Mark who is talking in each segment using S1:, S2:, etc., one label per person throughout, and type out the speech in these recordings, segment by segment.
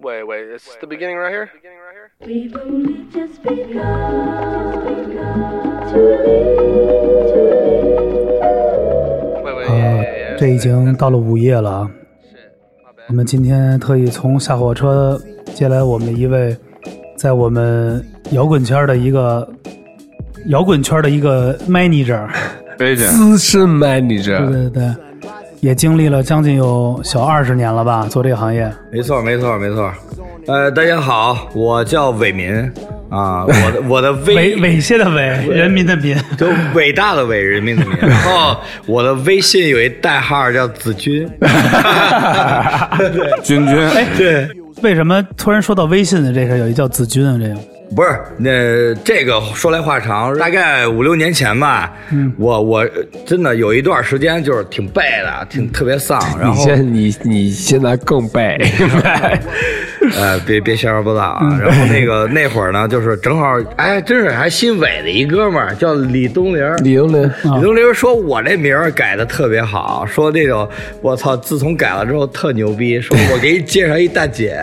S1: Wait, wait, it's the beginning right here?
S2: We've only just begun to live, to live.
S1: Wait, wait,
S3: 呃
S1: yeah, yeah, yeah.，
S3: 这已经到了午夜了啊。我们今天特意从下火车接来我们的一位，在我们摇滚圈的一个摇滚圈的一个 manager，
S4: 资深 manager，
S3: 对对对，也经历了将近有小二十年了吧，做这个行业。
S5: 没错，没错，没错。呃，大家好，我叫伟民啊，我的我的
S3: 猥
S5: 微
S3: 猥亵的猥，人民的民。
S5: 就伟大的伟人民的民。然后我的微信有一代号叫子君， 对
S4: 君君，
S5: 对，
S3: 为什么突然说到微信的这事儿？有一叫子君啊，这个
S5: 不是那这个说来话长，大概五六年前吧，我我真的有一段时间就是挺背的，挺特别丧，然
S4: 你
S5: 后
S4: 现你你现在更背，
S5: 呃，别别瞎说八道啊。然后那个那会儿呢，就是正好，哎，真是还新伟的一哥们儿叫李东林儿，
S4: 李东林，
S3: 啊
S5: 李东林说：“我这名儿改的特别好，说那种我操，自从改了之后特牛逼。说我给你介绍一大姐，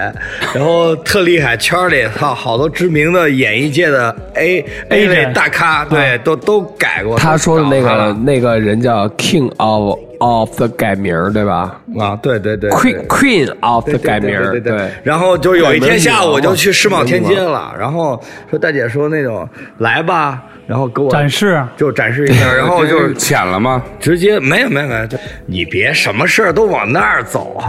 S5: 然后特厉害，圈儿里操好多知名的演艺界的 A A 类大咖，对，都都改过。
S4: 啊他说的那
S5: 都搞他
S4: 个那个人叫 King of of the 改名儿对吧
S5: 了啊，对对对对
S4: ？Queen Queen of
S5: 对
S4: the 改名儿
S5: 对对
S4: 对。
S5: 然后就有一天下午我就去世贸天阶
S4: 改名
S5: 了，然后说大姐说那种来吧，然后给我
S3: 展示啊
S5: 就展示一下，然 后就是
S6: 浅了吗？
S5: 直接没有没有没有，就你别什么事儿都往那儿走啊！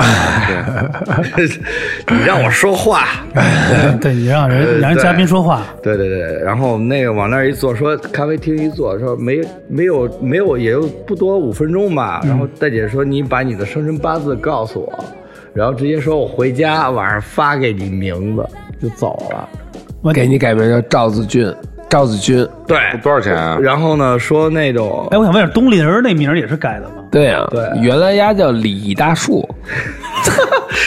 S5: 你让我说话，
S3: 对你让人让人嘉宾说话，
S5: 对对对，然后那个往那儿一坐，说咖啡厅一坐，说没没有没有，也就不多五分钟吧。然后大姐说你把你的生辰八字告诉我，然后直接说我回家晚上发给你名字就走了。
S3: 我
S4: 给你改名叫赵子俊，赵子君，
S5: 对，
S6: 多少钱啊？
S5: 然后呢说那种
S3: 哎，我想问一下，东林儿那名儿也是改的吗？
S4: 对呀、
S5: 对
S4: 原来丫叫李大树，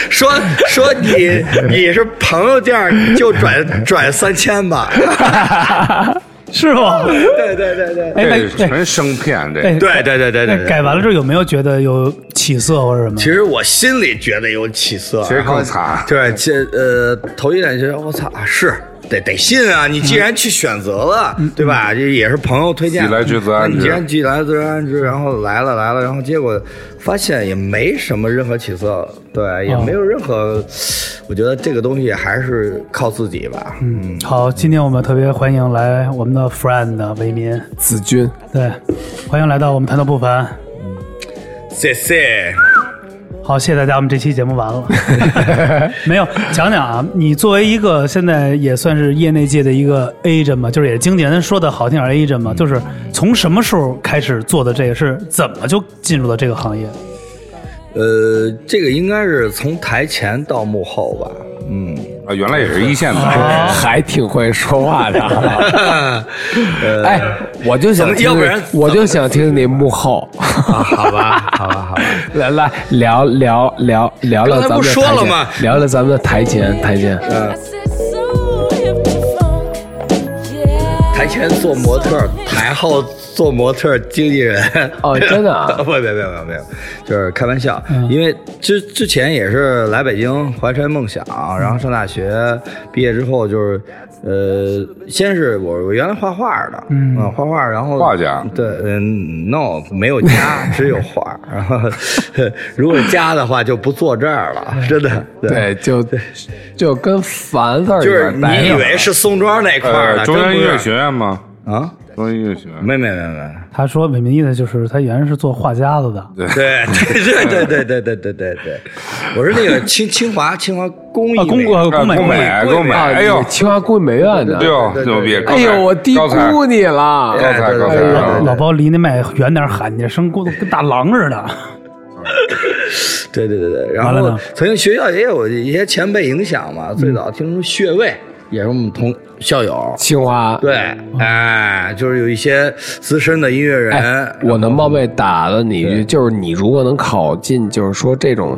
S5: 说说你你是朋友价儿就转转三千吧。
S3: 是吗？
S5: 对对对对。
S3: 哎，
S6: 这
S3: 那哎
S6: 纯生骗，这
S3: 哎，
S5: 对对对对对
S3: 那
S5: 对。
S3: 改完了之后有没有觉得有起色或者什么？
S5: 其实我心里觉得有起色，
S6: 其实
S5: 然后
S6: 更惨
S5: 对，这呃，头一感觉得我操，啊是得得信啊！你既然去选择了，对吧？这也是朋友推荐，
S6: 既来之则安
S5: 那
S6: 之
S5: 你既然既来之则安之，然后来了来了，然后结果发现也没什么任何起色，对，也
S3: 哦
S5: 没有任何，我觉得这个东西还是靠自己吧。嗯，
S3: 好，今天我们特别欢迎来我们的 friend 维民，
S4: 子君，
S3: 对，欢迎来到我们谈的不凡。
S5: 谢谢。
S3: 好，谢谢大家，我们这期节目完了。 没有，讲讲啊，你作为一个现在也算是业内界的一个 agent 嘛，就是也经典说的好听点儿 agent
S6: 嗯
S3: 嘛，就是从什么时候开始做的这个，是怎么就进入了这个行业？
S5: 呃，这个应该是从台前到幕后吧。嗯，
S6: 啊，原来也是一线的。
S3: 啊，
S4: 哦还挺会说话 的。
S5: 呃，
S4: 哎，我就想
S5: 怎么
S4: 听，
S5: 要不然
S4: 我就想听你幕后。
S5: 啊好吧，好吧，好吧。
S4: 来来聊聊聊聊聊
S5: 刚
S4: 咱
S5: 才
S4: 们
S5: 不
S4: 的
S5: 说
S4: 台
S5: 了
S4: 前
S5: 吗
S4: 聊聊咱们的台前台前。
S2: I said, so hip to funk, yeah.
S5: 台前做模特儿，台后做模特儿经纪人。
S4: 哦真的啊嗯
S5: 不，没有没有没有没有，就是开玩笑。因为之之前也是来北京怀揣梦想，然后上大学，毕业之后就是，呃，先是我我原来画画的，嗯，画画，然后
S6: 画家
S5: 对，嗯，no，没有家，只有画。然后 如果家的话，就不坐这儿了，
S4: 哎
S5: 真的。
S4: 对，就就跟凡字儿
S5: 就
S4: 里
S5: 是
S4: 边带
S5: 你以
S4: 上
S5: 为是宋庄那块儿
S6: 呃，
S5: 的，
S6: 中央
S5: 真
S6: 音
S5: 不是
S6: 乐学院吗？
S5: 啊？
S6: 中央音乐学院。
S5: 没没没没。
S3: 他说伪民意的就是他原来是做画家子的，
S5: 对对对对对对对对对对，我是那个清清华清华工艺
S3: 啊，工
S5: 美
S3: 呃工美
S6: 工美，工美，
S4: 啊，
S6: 哎呦
S4: 你，清华工艺美院的。
S6: 哎
S5: 哦
S6: 呦，牛逼！
S4: 哎呦，我低
S6: 高才
S4: 估你了。
S6: 高才，高才
S5: 对
S3: 老
S6: 啊！
S3: 老包离那麦远点儿喊，你这声跟跟大狼似 的。
S5: 对对对对，然
S3: 完了
S5: 后
S3: 呢嗯
S5: 曾经学校也有一些前辈影响嘛，最早听说穴位也是我们同校友，
S4: 清华，
S5: 对，
S3: 嗯
S5: 哎，就是有一些资深的音乐
S4: 哎
S5: 人，，嗯
S4: 我能冒昧打了你一句，就是你如果能考进，就是说这种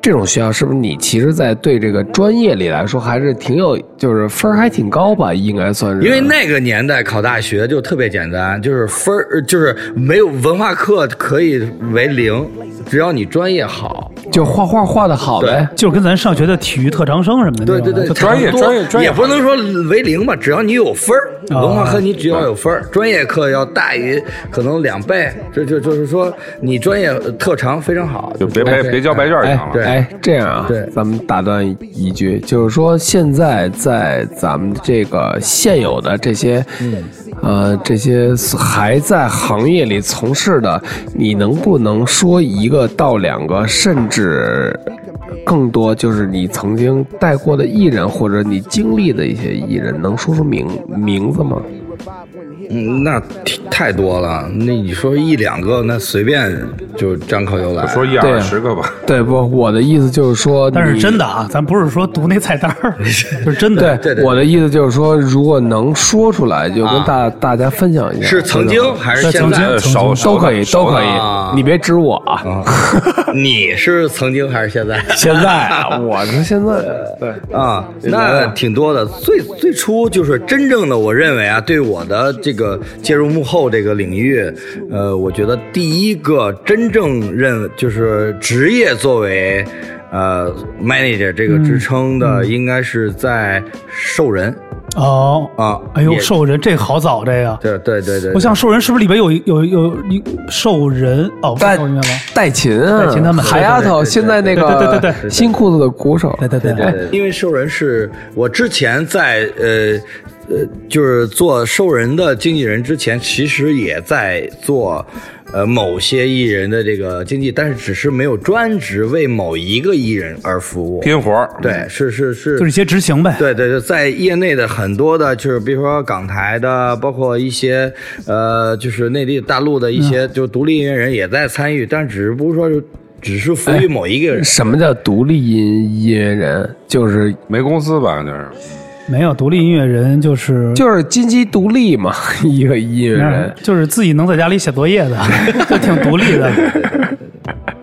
S4: 这种学校是不是你其实，在对这个专业里来说还是挺有，就是分儿还挺高吧？应该算是。
S5: 因为那个年代考大学就特别简单，就是分儿，呃就是没有文化课可以为零，只要你专业好。
S4: 就画画画的好呗，
S3: 就是跟咱上学的体育特长生什么的那
S5: 对
S3: 种
S5: 对
S3: 的，
S5: 对，
S3: 就
S5: 差不
S6: 专业
S5: 多
S6: 专业专业
S5: 也不能说为零吧，只要你有分儿，
S3: 啊
S5: 文化课你只要有分儿，专业课要大于可能两倍，这就就是说你专业特长非常好，
S6: 就别
S4: 哎
S6: 白别交白卷儿
S4: 哎
S6: 行
S5: 对
S6: 了。
S4: 哎，这样啊，
S5: 对
S4: 咱们打断一句，就是说现在在咱们这个现有的这些，呃，这些还在行业里从事的，你能不能说一个到两个，甚至更多，就是你曾经带过的艺人或者你经历的一些艺人，能说出名名字吗？
S5: 嗯，那挺太多了。那你说一两个，那随便就张口就来。
S6: 说一
S4: 对啊
S6: 二十个吧，
S4: 对不？我的意思就是说，
S3: 但是真的啊，咱不是说读那菜单儿， 就是真的。
S4: 对，
S5: 哎对对
S4: 我的意思就是说，如果能说出来，就跟
S5: 啊
S4: 大、大家分享一下。
S5: 是曾
S4: 真
S5: 经
S4: 的
S5: 还是
S3: 那
S5: 现
S3: 曾经
S5: 在？
S6: 呃少少
S4: 都
S6: 的
S4: 可以，
S6: 少
S4: 都
S6: 的
S4: 可以，
S5: 啊
S4: 你别指我啊！
S5: 你是曾经还是现在？
S4: 现在啊，我是现在，对，
S5: 啊，那挺多的。最最初就是真正的，我认为啊，对我的这个介入幕后这个领域，呃，我觉得第一个真正认就是职业作为呃 manager 这
S3: 嗯
S5: 个职称的，应该是在兽人
S3: 哦，
S5: 啊。
S3: 哎呦，
S5: 也
S3: 兽人这好早这个。
S5: 对对对对，
S3: 我想兽人是不是里边有一有有一兽人？哦，我
S4: 戴
S3: 明白了。
S4: 戴琴啊，
S3: 戴琴他们
S4: 海丫
S5: 对对对
S4: 头，
S5: 对
S4: 现在那个
S3: 对对对对对
S4: 新裤子的鼓手，
S3: 对对对
S4: 哎
S3: 对，
S5: 因为兽人是我之前在呃呃，就是做兽人的经纪人之前，其实也在做呃某些艺人的这个经纪，但是只是没有专职为某一个艺人而服务。
S6: 拼活儿
S5: 对，是是是，
S3: 就是一些执行呗。
S5: 对对对，在业内的很多的，就是比如说港台的，包括一些呃，就是内地、大陆的一些，就独立音乐人也在参与，但只不过说是只是服务于某一个人。
S4: 什么叫独立音音乐人？就是
S6: 没公司吧？就是
S3: 没有独立音乐人就是
S4: 就是金鸡独立嘛， 一个音乐人
S3: 嗯。就是自己能在家里写作业 的，就挺独立的。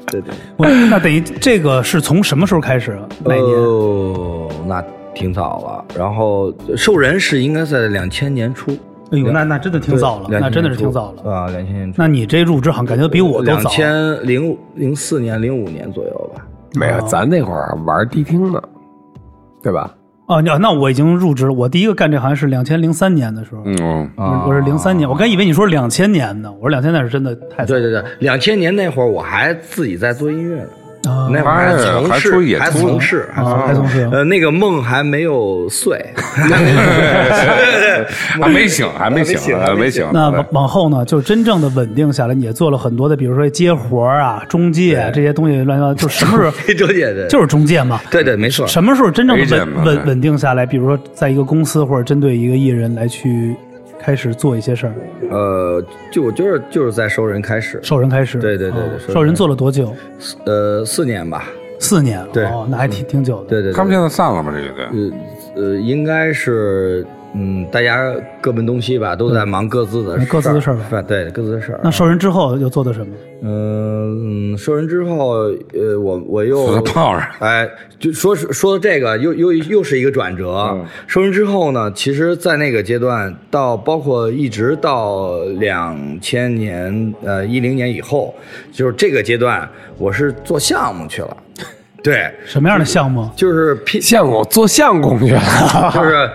S5: 对对。
S3: 我那等于这个是从什么时候开始啊？哪年？
S5: 哦，那挺早了。然后兽人是应该在两千年初，
S3: 哎呦，那那真的挺早了，
S5: 对
S3: 那真的是挺早了。
S5: 啊，两千年初。
S3: 那你这入职好像感觉比我都
S5: 两
S3: 早。啊
S5: 千零零四年、零五年左右吧。
S4: 没有，咱那会儿玩迪厅呢，对吧？
S3: 哦，那那我已经入职了。我第一个干这行是两千零三年的时候，
S6: 嗯，
S3: 我我是零三年，我刚以为你说两千年呢，我说两千年是真的太早
S5: 对对对，两千年那会儿我还自己在做音乐呢，
S3: 啊
S5: 那会儿
S6: 哎
S5: 从
S6: 还出
S5: 事，
S6: 野
S5: 还
S6: 兔
S5: 从事，还
S3: 啊，还总是
S5: 呃，那个梦还没有碎，
S6: 还没醒，还没醒，还没醒。
S3: 啊那往往后呢，就是真正的稳定下来，你也做了很多的，比如说接活儿啊、中介啊这些东西乱七八糟，就什么时候
S5: 周姐的，
S3: 就是中介嘛。
S5: 对对，没错，
S3: 什么时候真正的
S6: Agent 嘛
S3: 稳稳
S6: 对
S3: 稳定下来？比如说，在一个公司或者针对一个艺人来去开始做一些事儿，
S5: 呃，就我就是就是在收人开始，
S3: 兽人开始。
S5: 对对对对
S3: 哦
S5: 兽人
S3: 兽人做了多久？
S5: 呃，四年吧，
S3: 四年。
S5: 对
S3: 哦，那还挺挺久的。
S5: 对对，对
S6: 他们现在散了吗？这乐队？
S5: 呃呃，应该是嗯，大家各奔东西吧，都在忙各自的
S3: 嗯各自的事儿
S5: 儿
S3: 吧
S5: 吧，对各自的事儿。
S3: 那兽人之后又做的什么？
S5: 嗯，嗯收人之后，呃，我我
S6: 死
S5: 又
S6: 个胖儿
S5: 哎，就说是说到这个，又又又是一个转折。
S6: 嗯
S5: 收人之后呢，其实，在那个阶段，到包括一直到两千年，呃，一零年以后，就是这个阶段，我是做项目去了， 对，
S3: 什么样的项目？
S5: 就是拼
S4: 相公做相公去了，
S5: 就是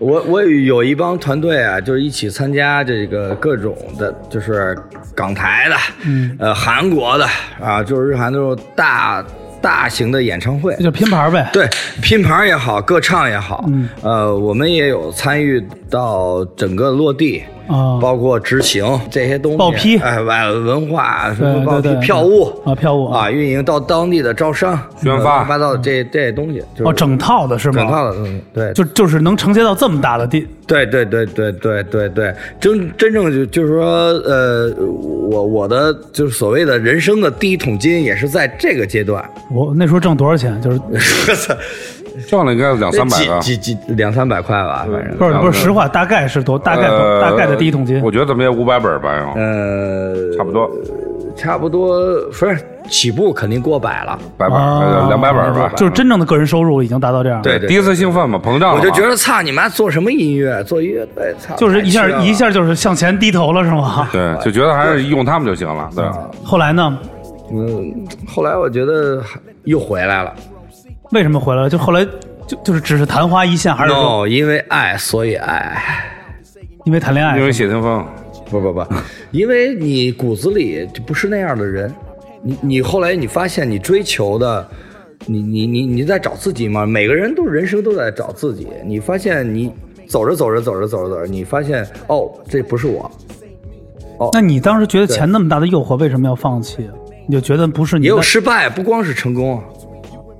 S5: 我我有一帮团队啊，就是一起参加这个各种的，就是港台的，嗯，呃，韩国的啊，就是日韩那种大大型的演唱会
S3: 那。就拼盘儿呗。
S5: 对，拼盘也好，歌唱也好，
S3: 嗯
S5: 呃，我们也有参与到整个落地，
S3: 啊
S5: 包括执行这些东西，
S3: 报批
S5: 哎，文文化什么
S3: 对
S5: 报
S3: 对
S5: 批、
S3: 对
S5: 票务
S3: 啊票务
S5: 啊，运营到当地的招商、
S6: 宣
S5: 乱
S6: 发
S5: 七八糟的这这些东西，就是
S3: 哦，整套的是吗？
S5: 整套的东西，对，
S3: 就就是能承接到这么大的地，
S5: 对对对对对对对，真真正就就是说，呃，我我的就是所谓的人生的第一桶金，也是在这个 阶段，
S3: 我那时候挣多少钱？就是
S6: 挣了应该两三百
S3: 啊
S6: 个。
S5: 几几几两三百块吧，反正，
S3: 不是不是，实话，大概是多？大概
S6: 呃
S3: 大概的第一桶金
S6: 哎
S3: 呃
S6: 我觉得怎么也五百本吧，要
S5: 呃，
S6: 差不多。
S5: 差不多，不是起步肯定过百
S3: 啊
S5: 了。
S6: 百本儿，呃两百本儿吧，
S3: 就是真正的个人收入已经达到这样了。
S5: 对
S6: 第一次兴奋嘛，膨胀了嘛。
S5: 我就觉得操你妈做什么音乐，做乐队，操，
S3: 就是一下
S5: 太缺了
S3: 一下就是向前低头了，是吗？
S6: 对，就觉得还是用他们就行了。对，
S3: 后来呢？
S5: 嗯，后来我觉得又回来了。
S3: 为什么回来了？就后来就就是只是昙花一现，还是说
S5: no，因为爱所以爱，
S3: 因为谈恋爱
S6: 因为
S3: 是吗？
S6: 谢霆锋，
S5: 不不不，因为你骨子里就不是那样的人。你你后来你发现你追求的，你你你你在找自己嘛？每个人都人生都在找自己。你发现你走着走着走着走着走着，你发现哦，这不是我，
S3: 那你当时觉得钱那么大的诱惑，为什么要放弃？啊你就觉得不是你
S5: 也有
S3: 的
S5: 失败，不光是成功啊。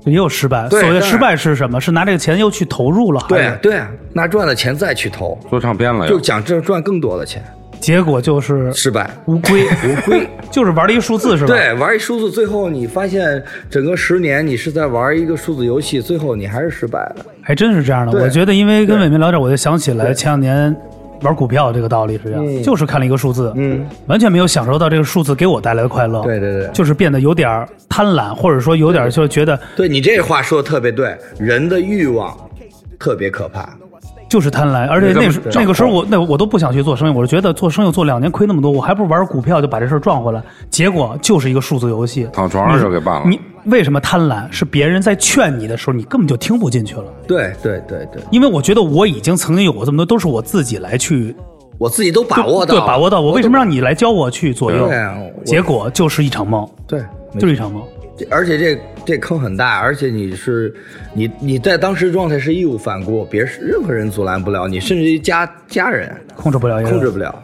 S3: 也有失败。所
S5: 对
S3: 谓的
S5: 当然
S3: 失败是什么？是拿这个钱又去投入了，哎还
S5: 对啊
S3: 是
S5: 对，拿哎赚的钱再去投，
S6: 做唱片了
S5: 就
S6: 又。
S5: 想这赚更多的钱，
S3: 结果就是
S5: 失败。
S3: 无归，无
S5: 归，
S3: 就是玩了一数字是吧？，
S5: 对，玩一数字，最后你发现整个十年你是在玩一个数字游戏，最后你还是失败了。
S3: 还真是这样的。
S5: 对
S3: 我觉得，因为跟伟民聊这，我就想起来前两年玩股票这个道理是这样，
S5: 嗯
S3: 就是看了一个数字，
S5: 嗯，
S3: 完全没有享受到这个数字给我带来的快乐，
S5: 对对对
S3: 就是变得有点儿贪婪，或者说有点儿就觉得
S5: 对你这话说的特别对，人的欲望特别可怕。
S3: 就是贪婪，而且
S6: 你这
S3: 那
S6: 么
S3: 时
S6: 找
S3: 那个时候我那我都不想去做生意，我是觉得做生意做两年亏那么多，我还不如玩股票就把这事儿赚回来。结果就是一个数字游戏，
S6: 躺床上就给办了
S3: 你为什么贪婪？是别人在劝你的时候，你根本就听不进去了。
S5: 对对对对，
S3: 因为我觉得我已经曾经有过这么多，都是我自己来去
S5: 我自己都把握到
S3: 对
S5: 了，
S3: 把握到。我为什么让你来教我去左右
S5: 对啊？我
S3: 结果就是一场梦，
S5: 对，
S3: 就是一场梦。
S5: 这而且这这坑很大，而且你是你你在当时状态是义无反顾，别人任何人阻拦不了你，甚至于家家人
S3: 控制不了一个人，
S5: 控制不了，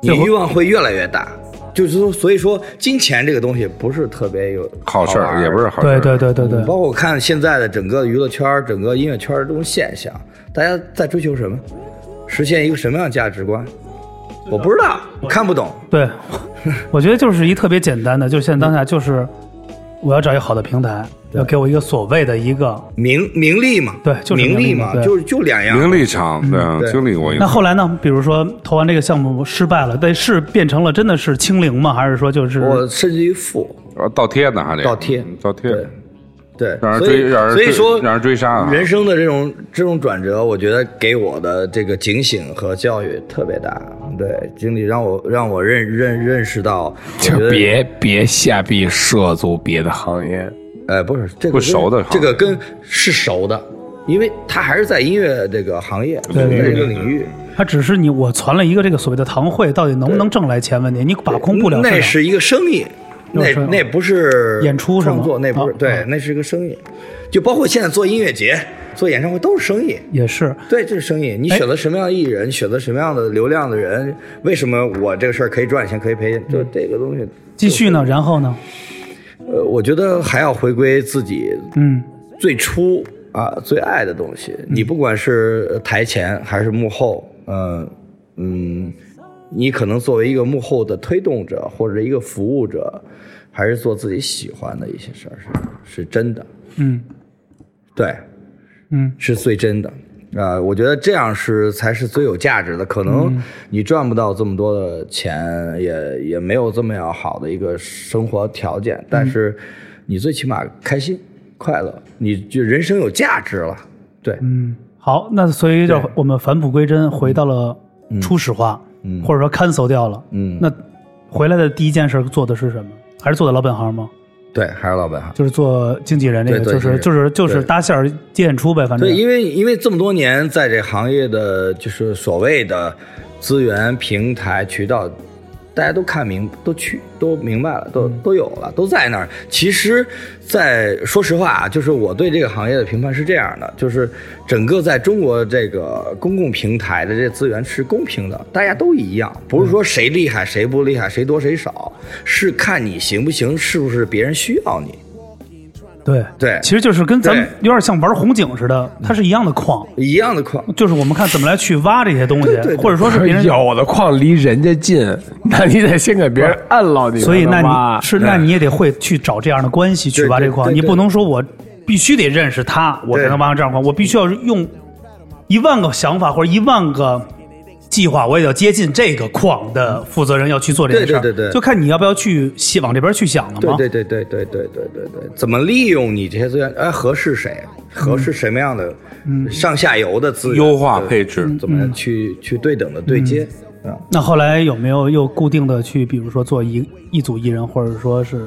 S5: 你
S3: 最后
S5: 欲望会越来越大。就是说，所以说金钱这个东西不是特别有
S6: 好事
S5: 玩
S6: 儿
S5: 儿
S6: 也不是好事
S3: 对
S6: 儿，
S3: 对对对对
S6: 嗯
S5: 包，括我看现在的整个娱乐圈儿、整个音乐圈儿这种现象，大家在追求什么？实现一个什么样的价值观？
S3: 啊
S5: 我不知道，我看不懂。
S3: 对， 我觉得就是一特别简单的，就是现在当下就是我要找一个好的平台，要给我一个所谓的一个。
S5: 名名利嘛，
S3: 对就是
S5: 名
S3: 名利
S5: 利
S3: 嘛
S5: 嘛，
S3: 对
S5: 就是就两样。
S6: 名利场，对，
S5: 嗯对
S6: 经历过一
S3: 那
S6: 次，
S3: 后来呢？比如说投完这个项目失败了，但是变成了真的是清零吗？还是说就是
S5: 我甚至于富，
S6: 然后倒贴呢还得
S5: 倒贴
S6: 倒贴，
S5: 对对，
S6: 让人
S5: 所以
S6: 追让人
S5: 所以
S6: 追
S5: 说
S6: 让人追杀啊
S5: 人生的这种这种转折，我觉得给我的这个警醒和教育特别大。对，经历让我让我认认认识到，我觉
S4: 就
S5: 得
S4: 别别下币涉足别的行业。
S5: 呃，不是这个
S6: 不
S5: 跟
S6: 熟的行业
S5: 这个跟是熟的，因为他还是在音乐这个行业，
S3: 对对
S5: 这个领域。
S3: 它只是你我传了一个这个所谓的堂会，到底能不能挣来钱问题？你把控不了
S5: 那
S3: 市场。
S5: 是一个生意，
S3: 有
S5: 那
S3: 生意
S5: 那不是
S3: 啊演出是吗
S5: 创作，那不是
S3: 啊啊
S5: 对，那是一个生意。就包括现在做音乐节、做演唱会都是生意，
S3: 也是，
S5: 对，这是生意。你
S3: 哎
S5: 选择什么样的艺人，选择什么样的流量的人，为什么我这个事儿可以赚钱，可以赔钱？
S3: 嗯
S5: 就这个东西，
S3: 继续呢，然后呢，
S5: 呃，我觉得还要回归自己
S3: 嗯，
S5: 最初啊最爱的东西。你不管是台前还是幕后，嗯嗯，你可能作为一个幕后的推动者或者一个服务者，还是做自己喜欢的一些事儿是是真的，
S3: 嗯
S5: 对，
S3: 嗯，
S5: 是最真的。啊、我觉得这样是才是最有价值的。可能
S3: 嗯
S5: 你赚不到这么多的钱，也也没有这么样好的一个生活条
S3: 嗯
S5: 件，但是你最起码开心、快乐，你就人生有价值了。对，
S3: 嗯，好，那所以就
S5: 对
S3: 我们返璞归真，回到了初始化，
S5: 嗯
S3: 或者说 cancel 掉了。
S5: 嗯
S3: 那回来的第一件事做的是什么？还是做的老本行吗？
S5: 对，还是老本行。
S3: 就是做经纪人这个，
S5: 对做
S3: 就是
S5: 经纪
S3: 就是
S5: 人
S3: 就是
S5: 对
S3: 搭线儿接演出呗，反正
S5: 对，因为因为这么多年在这行业的就是所谓的资源、平台、渠道，大家都看明，都去，都明白了，都、
S3: 嗯
S5: 都有了，都在那儿。其实在，说实话啊，就是我对这个行业的评判是这样的，就是整个在中国这个公共平台的这资源是公平的，大家都一样，不
S3: 嗯
S5: 是说谁厉害谁不厉害，谁多谁少，是看你行不行，是不是别人需要你。
S3: 对
S5: 对
S3: 其实就是跟咱们
S5: 对
S3: 有点像玩红警似的，它是一样的矿，
S5: 一样的框，
S3: 就是我们看怎么来去挖这些东西
S5: 对对，对
S3: 或者说是别人。
S4: 有哎的矿离人家近，那你得先给别人按牢你。
S3: 所以那
S4: 妈
S3: 你是那你也得会去找这样的关系去
S5: 对
S3: 挖这
S5: 对
S3: 个矿，
S5: 对
S3: 你
S5: 对
S3: 不能说我必须得认识他，我才
S5: 对
S3: 能挖上这样的矿，我必须要用一万个想法或者一万个计划，我也要接近这个矿的负责人要去做这件事儿，
S5: 对对对对
S3: 就看你要不要去想往这边去想了嘛。
S5: 对对对对对对对对对，怎么利用你这些资源？哎，合适谁？合适什么样的上下游的资源？
S6: 嗯优化
S5: 对
S6: 配置嗯
S5: 怎么样去去对等的对接？啊，
S3: 那后来有没有又固定的去，比如说做一一组艺人，或者说是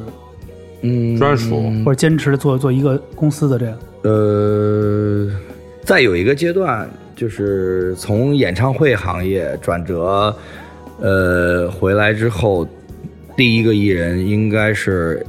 S5: 嗯
S6: 专属
S3: 或者坚持做做一个公司的这样？
S5: 呃，再有一个阶段，就是从演唱会行业转折，呃，回来之后，第一个艺人应该是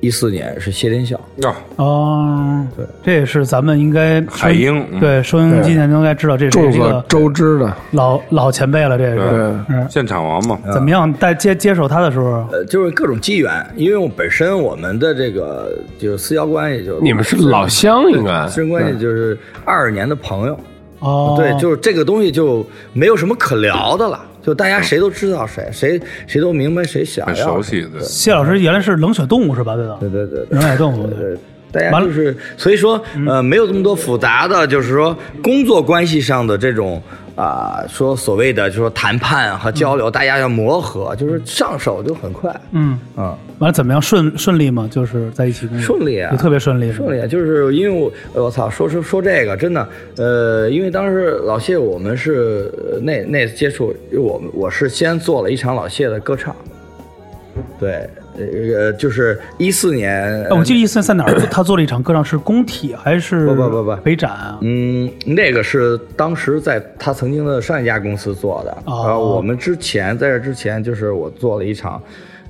S5: 一四年，是谢天笑。
S6: 哟，
S3: 哦，
S5: 对，
S3: 这也是咱们应该
S6: 海鹰嗯
S3: 对收音机前都应该知道这是
S4: 众
S3: 一
S4: 所
S3: 个
S4: 周知的，
S3: 老老前辈了，这也是
S4: 对，
S3: 嗯，
S6: 现场王嘛，
S3: 怎么样？在接接手他的时候，
S5: 呃，就是各种机缘，因为我本身我们的这个就是私交关系就
S4: 你们是老乡应
S6: 哎
S4: 该，
S5: 私人关系，就是二二年的朋友，
S3: 哦，
S5: 对，就是这个东西就没有什么可聊的了，就大家谁都知道谁，谁谁都明白谁想
S6: 很
S5: 要
S6: 熟
S5: 谁，
S6: 悉的。
S3: 谢老师原来是冷血动物是吧？对的，
S5: 对对对对
S3: 冷血动物。对
S5: 对，大家
S3: 完了嗯
S5: 就是所以说呃没有这么多复杂的，就是说工作关系上的这种啊、说所谓的就说谈判啊和交流，大家要磨合，就是上手就很快，
S3: 嗯，
S5: 嗯。
S3: 完了怎么样？顺顺利吗？就是在一起工作，
S5: 顺利啊
S3: 嗯就特别顺利，是吧
S5: 顺利，就是因为我呃我操，说说说这个真的，呃，因为当时老谢我们是呃那那次接触，因为我们我是先做了一场老谢的歌唱，对，呃，就是一四年
S3: 哎，我记得一四年在哪儿他做了一场歌唱，是工体还是
S5: 不不不不
S3: 北展啊？
S5: 嗯，那个是当时在他曾经的上一家公司做的，
S3: 哦
S5: 呃，我们之前在这之前就是我做了一场。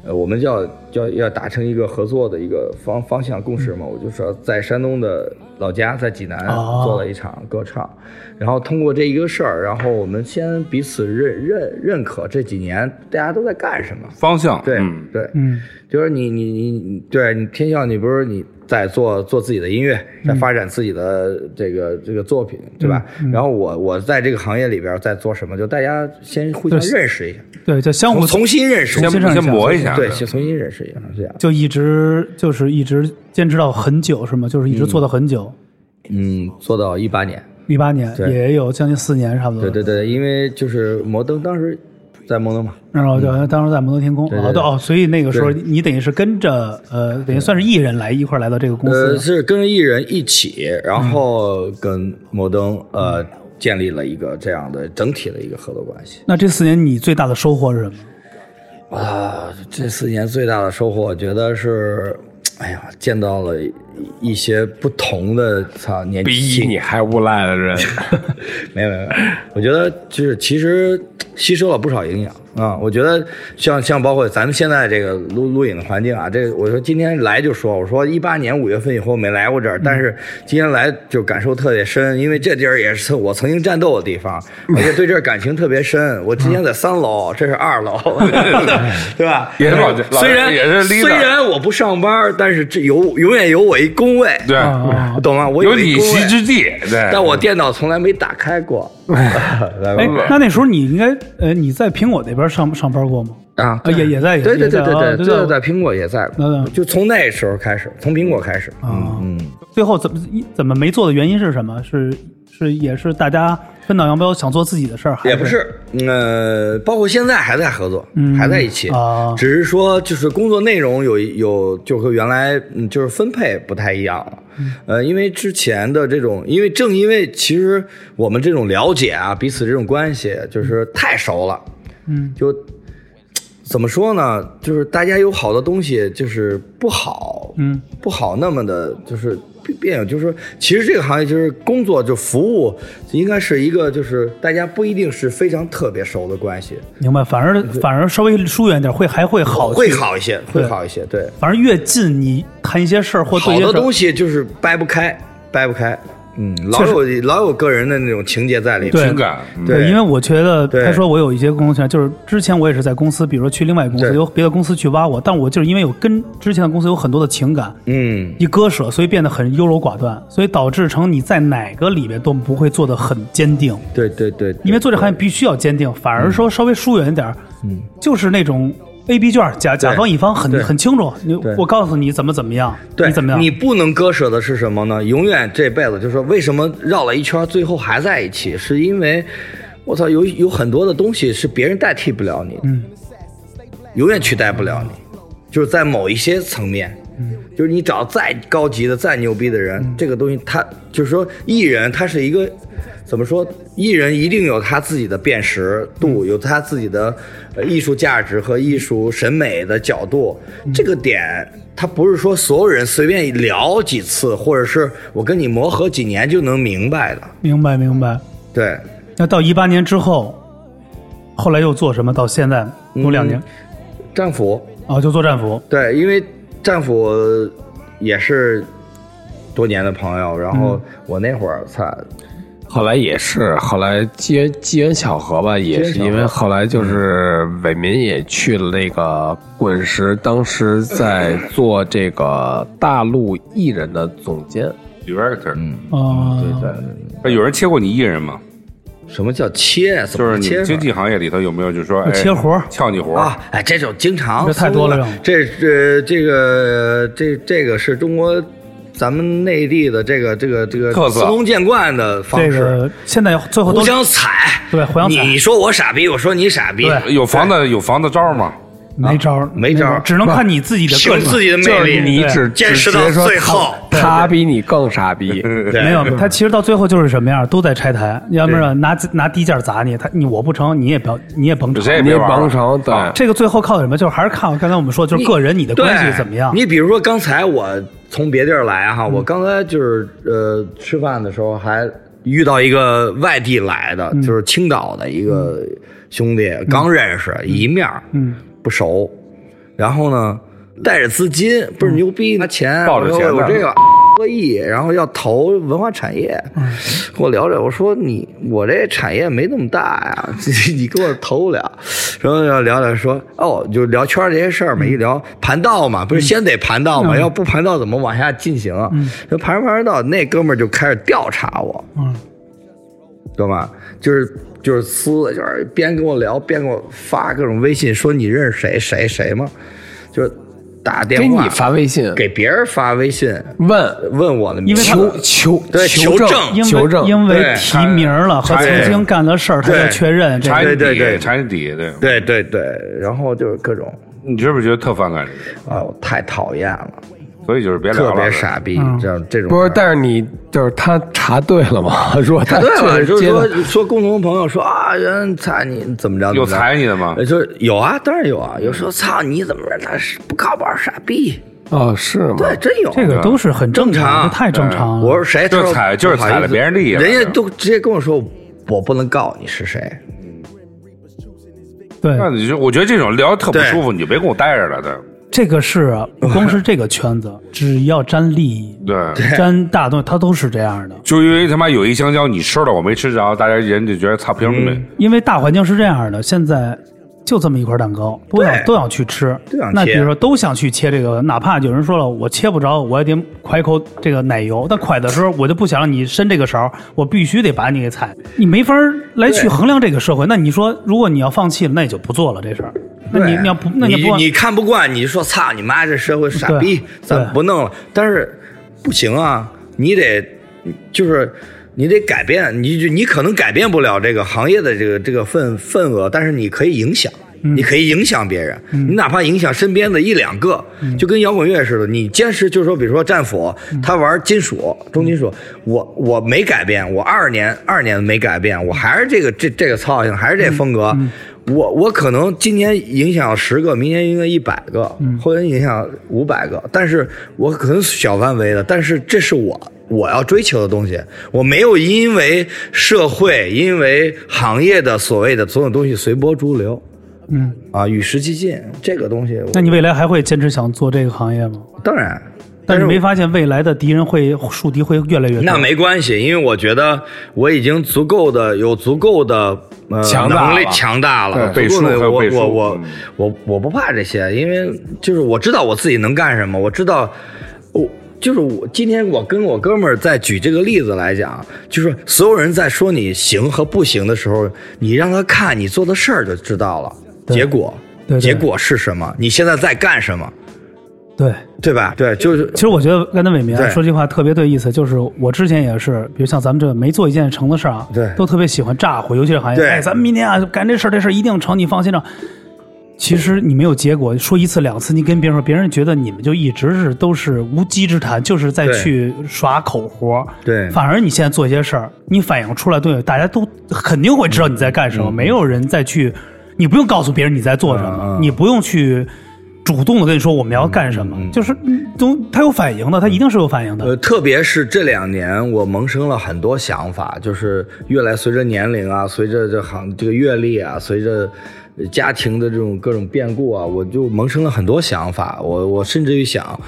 S5: 呃，我们要要要达成一个合作的一个方方向共识嘛，我就说在山东的老家，在济南
S3: 嗯哦
S5: 做了一场歌唱，然后通过这一个事儿，然后我们先彼此认认认可这几年大家都在干什么，
S6: 方向，
S5: 对、
S6: 嗯，
S5: 对，
S3: 嗯，
S5: 就是你你你你，对你天笑，你不是你在做做自己的音乐，在发展自己的这个这个作品，对吧？然后我我在这个行业里边在做什么，就大家先互相
S3: 对
S5: 认识一下，
S3: 对，就相互
S5: 重重新认识一
S6: 先
S5: 下，
S3: 上一
S6: 先
S3: 下
S6: 磨一下，
S5: 对，嗯先重新认识一下，这样。
S3: 就一直就是一直坚持到很久是吗？就是一直做到很久，
S5: 嗯，做到一八年，
S3: 一八年
S5: 对
S3: 也有将近四年差不多。
S5: 对对对，因为就是摩登当时在摩登嘛，
S3: 然后就当时在摩登天空
S5: 对对
S3: 哦，对哦，所以那个时候
S5: 对
S3: 你等于是跟着呃，等于算是艺人来一块儿来到这个公
S5: 呃，
S3: 司。
S5: 是跟着艺人一起，然后跟摩登呃建立了一个这样的整体的一个合作关系。
S3: 那这四年你最大的收获是什么？
S5: 啊，这四年最大的收获，我觉得是，哎呀，见到了一些不同的操年
S4: 比
S5: 轻，
S4: 你还无赖的人，
S5: 没有没有，没有我觉得就是其实吸收了不少营养啊。我觉得像像包括咱们现在这个录录影的环境啊，这我说今天来就说，我说一八年五月份以后没来过这儿，但是今天来就感受特别深，因为这地儿也是我曾经战斗的地 方，而且对这儿感情特别深。我之前在三楼，这是二 楼，对吧？
S6: 也是老家
S5: 虽
S6: 老
S5: 然
S6: 家也是 leader
S5: 虽然我不上班，但是这有永远有我一工位，
S6: 对，嗯
S3: 啊
S5: 懂吗？嗯我
S6: 有
S5: 一
S6: 你
S5: 工位
S6: 席之地，对，
S5: 但我电脑从来没打开过。来吧
S3: 哎，那那时候你应该呃，你在苹果那边上上班过吗？
S5: 啊
S3: 啊，也也在，也
S5: 对对
S3: 也在
S5: 对对
S3: 啊
S5: 对
S3: 对
S5: 对
S3: 对
S5: 对，苹果也在过
S3: 嗯嗯
S5: 就从那时候开始，从苹果开始，
S3: 啊
S5: 嗯
S3: 最后怎么一怎么没做的原因是什么？是是也是大家分道扬镳，想做自己的事儿，还
S5: 也不是，呃，包括现在还在合作，
S3: 嗯
S5: 还在一起
S3: 啊
S5: 只是说就是工作内容有有就和原来嗯就是分配不太一样了，
S3: 嗯
S5: 呃，因为之前的这种，因为正因为其实我们这种了解啊，彼此这种关系就是太熟了，
S3: 嗯
S5: 就怎么说呢？就是大家有好多东西就是不好，
S3: 嗯，
S5: 不好那么的，就是别别扭。就是说，其实这个行业就是工作，就服务，应该是一个就是大家不一定是非常特别熟的关系，
S3: 明白，反而反而稍微疏远点会还会好，
S5: 会，好一些，
S3: 对
S5: 会好一些。对，
S3: 反正越近你谈一些事儿或对
S5: 好
S3: 一些
S5: 多
S3: 事儿
S5: 东西就是掰不开，掰不开。嗯，老有老有个人的那种情节在里面。
S3: 对
S6: 情感，嗯
S5: 对
S3: 因为我觉得
S5: 对
S3: 他说我有一些工作权，就是之前我也是在公司，比如说去另外一个公司，
S5: 对
S3: 有别的公司去挖我，但我就是因为有跟之前的公司有很多的情感
S5: 嗯，
S3: 一割舍，所以变得很优柔寡断，所以导致成你在哪个里边都不会做的很坚定，
S5: 对对对，对
S3: 因为做这行业必须要坚定，反而说稍微疏远一点，嗯，就是那种 A B 卷，甲甲方乙方很
S5: 对
S3: 很清楚，你
S5: 对
S3: 我告诉你怎么怎么样，
S5: 对，
S3: 你怎么样，
S5: 不能割舍的是什么呢？永远这辈子就是说为什么绕了一圈，最后还在一起，是因为我操，有有很多的东西是别人代替不了你，嗯，永远取代不了你，就是在某一些层面，嗯，就是你找再高级的、再牛逼的人，这个东西他就是说艺人，他是一个怎么说？艺人一定有他自己的辨识度，有他自己的呃艺术价值和艺术审美的角度，这个点。他不是说所有人随便聊几次，或者是我跟你磨合几年就能明白的。
S3: 明白明白。
S5: 对，
S3: 那到一八年之后，后来又做什么？到现在
S5: 嗯
S3: 有两年，
S5: 战斧，
S3: 啊，就做战斧。
S5: 对，因为战斧也是多年的朋友，然后我那会儿操，
S4: 后来也是，后来机缘机缘巧合吧，也是
S5: 机缘巧合
S4: 因为后来就是伟民也去了那个滚石，当时在做这个大陆艺人的总监，
S6: director，
S5: 嗯
S3: 啊，
S6: 哎有人切过你艺人吗？
S5: 什么叫切？怎
S6: 就
S5: 么
S6: 是你
S5: 切
S6: 们
S5: 法？
S6: 经纪行业里头有没有就说哎
S3: 切活儿
S6: 撬你活儿？
S5: 啊，哎，这种经常
S3: 这太多了
S5: 搜的这这这个这这个是中国咱们内地的这个这个这个
S6: 特色
S5: 司空见惯的方
S3: 这
S5: 式，
S3: 个现在最后
S5: 互
S3: 都
S5: 相踩。
S3: 对互相踩
S5: 你说我傻逼，我说你傻逼，
S3: 对
S6: 有房子有房子招吗？
S3: 没招儿，
S5: 啊没招儿
S3: 只能看你自己的个
S5: 凭
S3: 人。
S5: 自己的
S4: 就
S5: 魅
S4: 是
S5: 力，
S4: 你
S3: 对
S4: 只
S5: 坚
S4: 只
S5: 持
S4: 直
S5: 到
S4: 接说
S5: 最
S4: 他
S5: 后
S4: 他比你更傻逼。
S5: 对
S3: 没有，他其实到最后就是什么样，都在拆台，要么是拿拿低价砸你，他你我不成，你也不要，你也甭
S6: 谁也
S3: 成。
S4: 你
S6: 别玩了
S4: 甭成对
S6: 啊
S3: 这个最后靠什么？就是还是看刚才我们说，就是个人你的
S5: 对
S3: 关系怎么样。嗯
S5: 你比如说刚才我从别地儿来哈，我刚才就是呃吃饭的时候还遇到一个外地来的，
S3: 嗯
S5: 就是青岛的一个兄弟，刚认识一面，嗯，不熟，然后呢带着资金不是牛逼拿钱，
S6: 嗯抱着钱
S5: 我
S6: 呢
S5: 这个。 个亿，然后要投文化产业，
S6: 嗯
S5: 跟我聊着，我说你我这产业没那么大呀， 你给我投不了。然后要聊着说哦，就聊圈儿这些事儿嘛，
S6: 嗯
S5: 一聊盘道嘛，不是先得盘道嘛，要不盘道怎么往下进行啊？
S6: 嗯
S5: 就盘着盘着道，那哥们儿就开始调查我，
S3: 嗯，
S5: 懂吗？就是就是撕，就是边跟我聊边给我发各种微信，说你认识谁谁谁吗？就是打电
S4: 给你
S5: 话
S4: 发微信
S5: 给别人发微信
S4: 问
S5: 问我的名
S3: 因为
S5: 字，
S3: 他
S4: 求求
S5: 对求
S4: 证
S5: 证
S3: 因
S4: 求
S3: 为
S4: 证，
S3: 因为
S5: 对
S3: 提名了和
S6: 查
S3: 曾经干的事儿，他要
S5: 对
S3: 确认这
S6: 查
S3: 个。
S6: 你
S5: 对
S6: 底，
S5: 对对
S6: 查你底，对。
S5: 对对对，然后就是各种，
S6: 你是不是觉得特反感这个人？
S5: 哎呦，太讨厌了，
S6: 所以就是别聊
S5: 特
S6: 了，
S5: 别傻逼，这样这种
S4: 嗯不是，
S5: 事儿
S4: 但是你就是他查对了吗？ 如果他
S5: 对
S4: 确
S5: 了，
S4: 实
S5: 就是
S4: 接
S5: 说
S4: 了
S5: 说共同朋友说啊，人操你怎么着？
S6: 有
S5: 怎么着
S6: 踩你的吗
S5: 呃就是有啊，当然有啊，有时候操你怎么着？他是不靠谱，傻逼，
S4: 哦，是吗？
S5: 对，真有
S3: 这个都是很正常的，
S5: 正常
S3: 这太正常了。
S5: 我说谁？
S6: 就
S5: 他说
S6: 踩就是
S5: 不好意思
S6: 踩了别人利益了
S5: 人家都直接跟我说，我不能告你是谁。
S3: 对，
S6: 那你就我觉得这种聊得特不
S5: 对
S6: 舒服，你就别跟我待着了，对
S3: 这个是 啊不光是这个圈子，只要沾利益、
S6: 对。
S3: 沾大东西，他都是这样的。
S6: 就因为他妈有一香蕉你吃了我没吃着，大家人就觉得操凭什么
S5: 嗯
S6: 没？
S3: 因为大环境是这样的，现在就这么一块蛋糕，都想
S5: 对
S3: 都想去吃
S5: 都想。切
S3: 那比如说都想去切这个，哪怕有人说了我切不着，我也得㧟一口这个奶油。但㧟的时候，我就不想让你伸这个勺，我必须得把你给踩。你没法来去衡量这个社会。那你说，如果你要放弃了，那也就不做了这事儿。那你
S5: 对
S3: 你要不，那
S5: 你
S3: 不往
S5: 你看不惯，你就说操你妈这社会傻逼
S3: 对，
S5: 咱
S3: 对
S5: 不弄了。但是不行啊，你得就是你得改变，你就你可能改变不了这个行业的这个这个份份额，但是你可以影响。
S3: 嗯
S5: 你可以影响别人，你哪怕影响身边的一两个，
S3: 嗯
S5: 就跟摇滚乐似的，你坚持就是说，比如说战斧，他玩金属、重金属，
S3: 嗯
S5: 我我没改变，我二年二年没改变，我还是这个这这个操性，还是这
S3: 嗯
S5: 风格，我我可能今年影响十个，明年影响一百个，
S3: 嗯
S5: 后年影响五百个，但是我可能小范围的，但是这是我我要追求的东西，我没有因为社会、因为行业的所谓的所有东西随波逐流
S3: 嗯，
S5: 啊，与时俱进，这个东西我，
S3: 那你未来还会坚持想做这个行业吗？
S5: 当然，
S3: 但是
S5: 我
S3: 没发现未来的敌人会树敌会越来 越多。
S5: 那没关系，因为我觉得我已经足够的有足够的呃
S4: 强大
S5: 能力
S4: 了
S5: 强大了，
S6: 对
S5: 足够
S6: 背书
S5: 的
S6: 还有
S5: 我
S6: 背书
S5: 我我
S6: 嗯
S5: 我我不怕这些，因为就是我知道我自己能干什么，我知道我。就是我今天我跟我哥们儿在举这个例子来讲，就是所有人在说你行和不行的时候，你让他看你做的事儿就知道了，结果
S3: 对对
S5: 结果是什么，你现在在干什么，
S3: 对，
S5: 对吧？对，就是
S3: 其实我觉得刚才伟民啊
S5: 对
S3: 说这句话特别对意思，就是我之前也是，比如像咱们这没做一件成的事儿啊，
S5: 对
S3: 都特别喜欢咋呼，尤其是行业，
S5: 对
S3: 哎，咱们明天啊干这事儿，这事儿一定成，你放心上。其实你没有结果，说一次两次，你跟别人说，别人觉得你们就一直是都是无稽之谈，就是在
S5: 对
S3: 去耍口活儿。
S5: 对
S3: 反而你现在做一些事儿，你反映出来，对大家都肯定会知道你在干什
S5: 嗯
S3: 么，没有人再去，你不用告诉别人你在做什么，
S5: 嗯
S3: 你不用去主动的跟你说我们要干什么，就是嗯都他有反应的，他一定是有反应的。
S5: 呃，特别是这两年，我萌生了很多想法，就是越来随着年龄啊，随着这行这个阅历啊，随着呃家庭的这种各种变故啊，我就萌生了很多想法。我我甚至于想，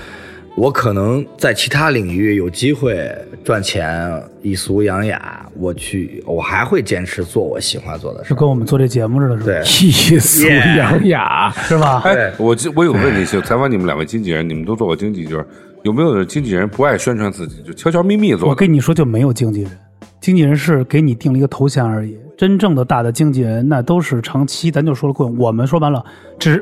S5: 我可能在其他领域有机会赚钱，以俗养雅，我去，我还会坚持做我喜欢做的事
S3: 就
S5: 儿。
S3: 跟我们做这节目似的，是吧？
S5: 对，
S4: 艺俗养雅，
S3: 是吧？
S6: 哎
S5: 对，
S6: 我记我有个问题，就采访你们两位经纪人，你们都做过经纪，就是有没有经纪人不爱宣传自己，就悄悄咪咪
S3: 我
S6: 做的？
S3: 跟你说，就没有经纪人，经纪人是给你定了一个头衔而已。真正的大的经纪人，那都是长期，咱就说了棍。我们说白了，只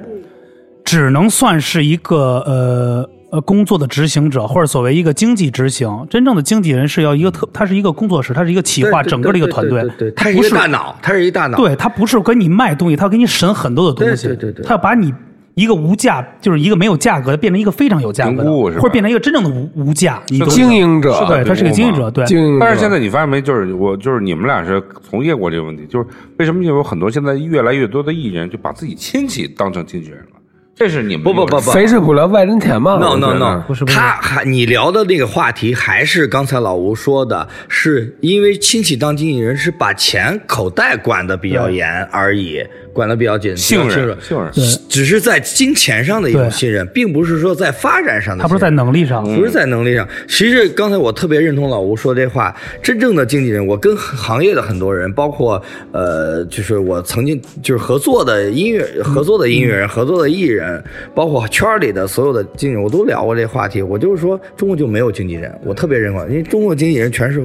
S3: 只能算是一个呃呃工作的执行者，或者所谓一个经济执行。真正的经纪人是要一个特，他是一个工作室，他是一个企划，
S5: 对对
S3: 整个的一个团队
S5: 对对对，对，
S3: 他
S5: 他是
S3: 不
S5: 一个
S3: 是
S5: 大脑，他是一大脑，
S3: 对他不是跟你卖东西，他要给你审很多的东西，
S5: 对对对对
S3: 他要把你一个无价，就是一个没有价格的，变成一个非常有价格的，
S6: 评估是吧
S3: 或者变成一个真正的无无价，你懂吗
S4: 经营者
S3: 是对，哎他是个经营者，对，
S4: 经营者。
S6: 但是现在你发现没，就是我就是你们俩是从业过这个问题，就是为什么就有很多现在越来越多的艺人就把自己亲戚当成经纪人了？这是你们
S5: 不不不不
S4: 肥水不流外人田嘛
S5: No no
S6: 觉得
S5: no，
S3: 不是不是
S5: 他还你聊的那个话题还是刚才老吴说的，是因为亲戚当经纪人是把钱口袋管得比较严而已，管得比较紧，
S6: 信
S5: 比较
S6: 任嗯信任，
S5: 只只是在金钱上的一
S3: 对
S5: 种信任，并不是说在发展上的
S3: 他
S5: 信任。
S3: 不是在能力上，
S5: 不是在能力上。其实刚才我特别认同老吴说这话，真正的经纪人，我跟行业的很多人，包括呃，就是我曾经就是合作的音乐、合作的音
S3: 嗯
S5: 乐人、合作的艺人，包括圈里的所有的经纪人，我都聊过这话题。我就是说，中国就没有经纪人，我特别认可，因为中国经纪人全是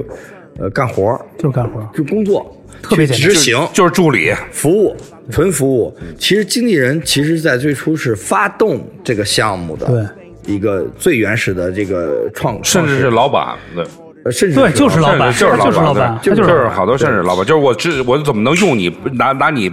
S5: 呃干活儿
S3: 就是干活。
S5: 就工作，
S3: 特别
S5: 去
S3: 简单
S5: 执行。
S6: 就是助理，
S5: 服务，纯服务。其实经纪人其实在最初是发动这个项目的，一个最原始的这个创，
S6: 甚至是
S5: 创始
S6: 老板，对，
S5: 呃甚至
S3: 对就是老板
S6: 甚至
S3: 他就是是老
S6: 老
S3: 板
S6: 对
S3: 他
S6: 就
S3: 就是老板
S6: 是好多甚至老板，就是我这我怎么能用你拿拿你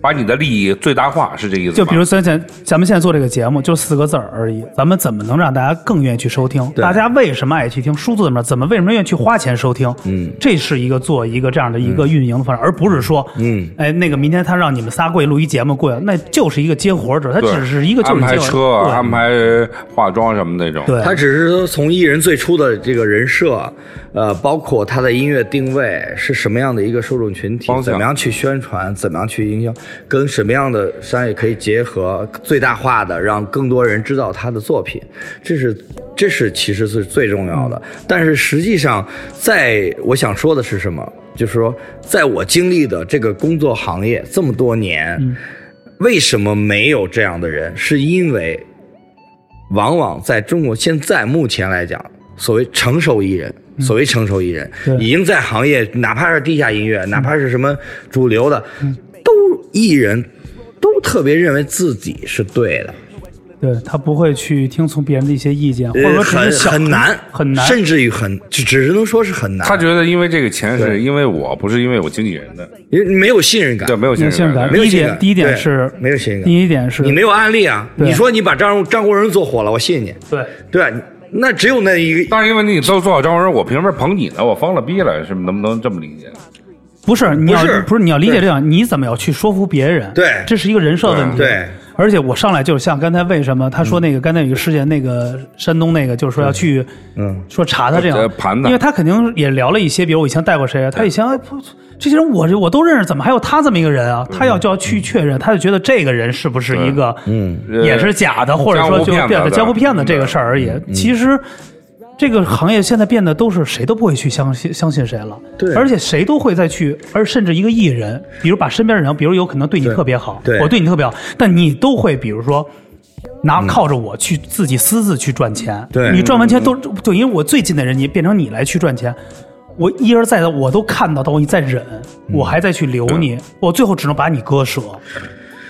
S6: 把你的利益最大化是这意思吗？
S3: 就比如咱现咱们现在做这个节目，就四个字儿而已。咱们怎么能让大家更愿意去收听？大家为什么爱去听？数字怎么着？怎么为什么愿意去花钱收听？嗯，这是一个做一个这样的一个运营的方式，而不是说，嗯，哎，那个明天他让你们仨过去录一节目，过去那就是一个接活者，他
S6: 对
S3: 只是一个就是
S6: 安排
S3: 接活
S6: 车、啊
S3: 对
S6: 安排化妆什么那种。
S3: 对，
S5: 他只是说从艺人最初的这个人设，呃，包括他的音乐定位是什么样的一个受众群体
S6: 方，向
S5: 怎么样去宣传，怎么样去营销，跟什么样的商业可以结合，最大化的让更多人知道他的作品，这是这是其实是最重要的。但是实际上，在我想说的是什么，就是说，在我经历的这个工作行业这么多年。为什么没有这样的人？是因为往往在中国现在目前来讲，所谓成熟艺人，所谓成熟艺人，
S3: 嗯对嗯
S5: 已经在行业，哪怕是地下音乐，哪怕是什么主流的，都艺人都特别认为自己是对的，
S3: 对他不会去听从别人的一些意见，或者
S5: 呃
S3: 说只
S5: 很
S3: 是小
S5: 很难，
S3: 很难，
S5: 甚至于很，只只能说是很难。
S6: 他觉得因为这个钱是
S5: 对
S6: 因为我，不是因为我经纪人的，
S5: 因为没有信任 感
S6: 对，，没有
S3: 没有信任感。
S5: 没
S3: 第
S5: 有
S3: 一
S5: 信任
S3: 点，
S5: 感
S3: 第一点
S5: 对
S3: 是
S5: 没有信任感
S3: 第一点是
S5: 你没有案例啊。
S3: 对
S5: 你说你把张张国荣做火了，我信你，
S3: 对。
S5: 对吧？那只有那一个，
S6: 但是因为你都做好张文，我凭什么捧你呢？我疯了逼了，是不是能不能这么理解？
S3: 不是你要
S5: 不是
S3: 不是你要理解
S5: 对
S3: 这样，你怎么要去说服别人？
S5: 对
S3: 这是一个人设问题。
S5: 对对，
S3: 而且我上来就是像刚才为什么他说那个刚才有一个事件，那个山东那个就是说要去，嗯，说查他这
S6: 呃
S3: 样
S6: 盘他
S3: 因为他肯定也聊了一些，比如我以前带过谁啊，他以前哎不这些人我我都认识，怎么还有他这么一个人啊？他要就要去确认，他就觉得这个人是不是一个嗯
S6: 呃
S3: 也是假的，或者说就
S6: 江湖骗子
S3: 变成江湖骗子
S6: 对
S3: 这个事儿而已。其实。这个行业现在变得都是谁都不会去相信相信谁了，
S5: 对
S3: 而且谁都会再去，而甚至一个艺人，比如把身边的人，比如有可能对你特别好，
S5: 对
S3: 我对你特别好，但你都会比如说。拿靠着我去自己私自去赚钱，
S5: 对
S3: 你赚完钱都对，因为我最近的人，你变成你来去赚钱，我一而再的我都看到到你在忍，
S5: 嗯
S3: 我还在去留你，我最后只能把你割舍，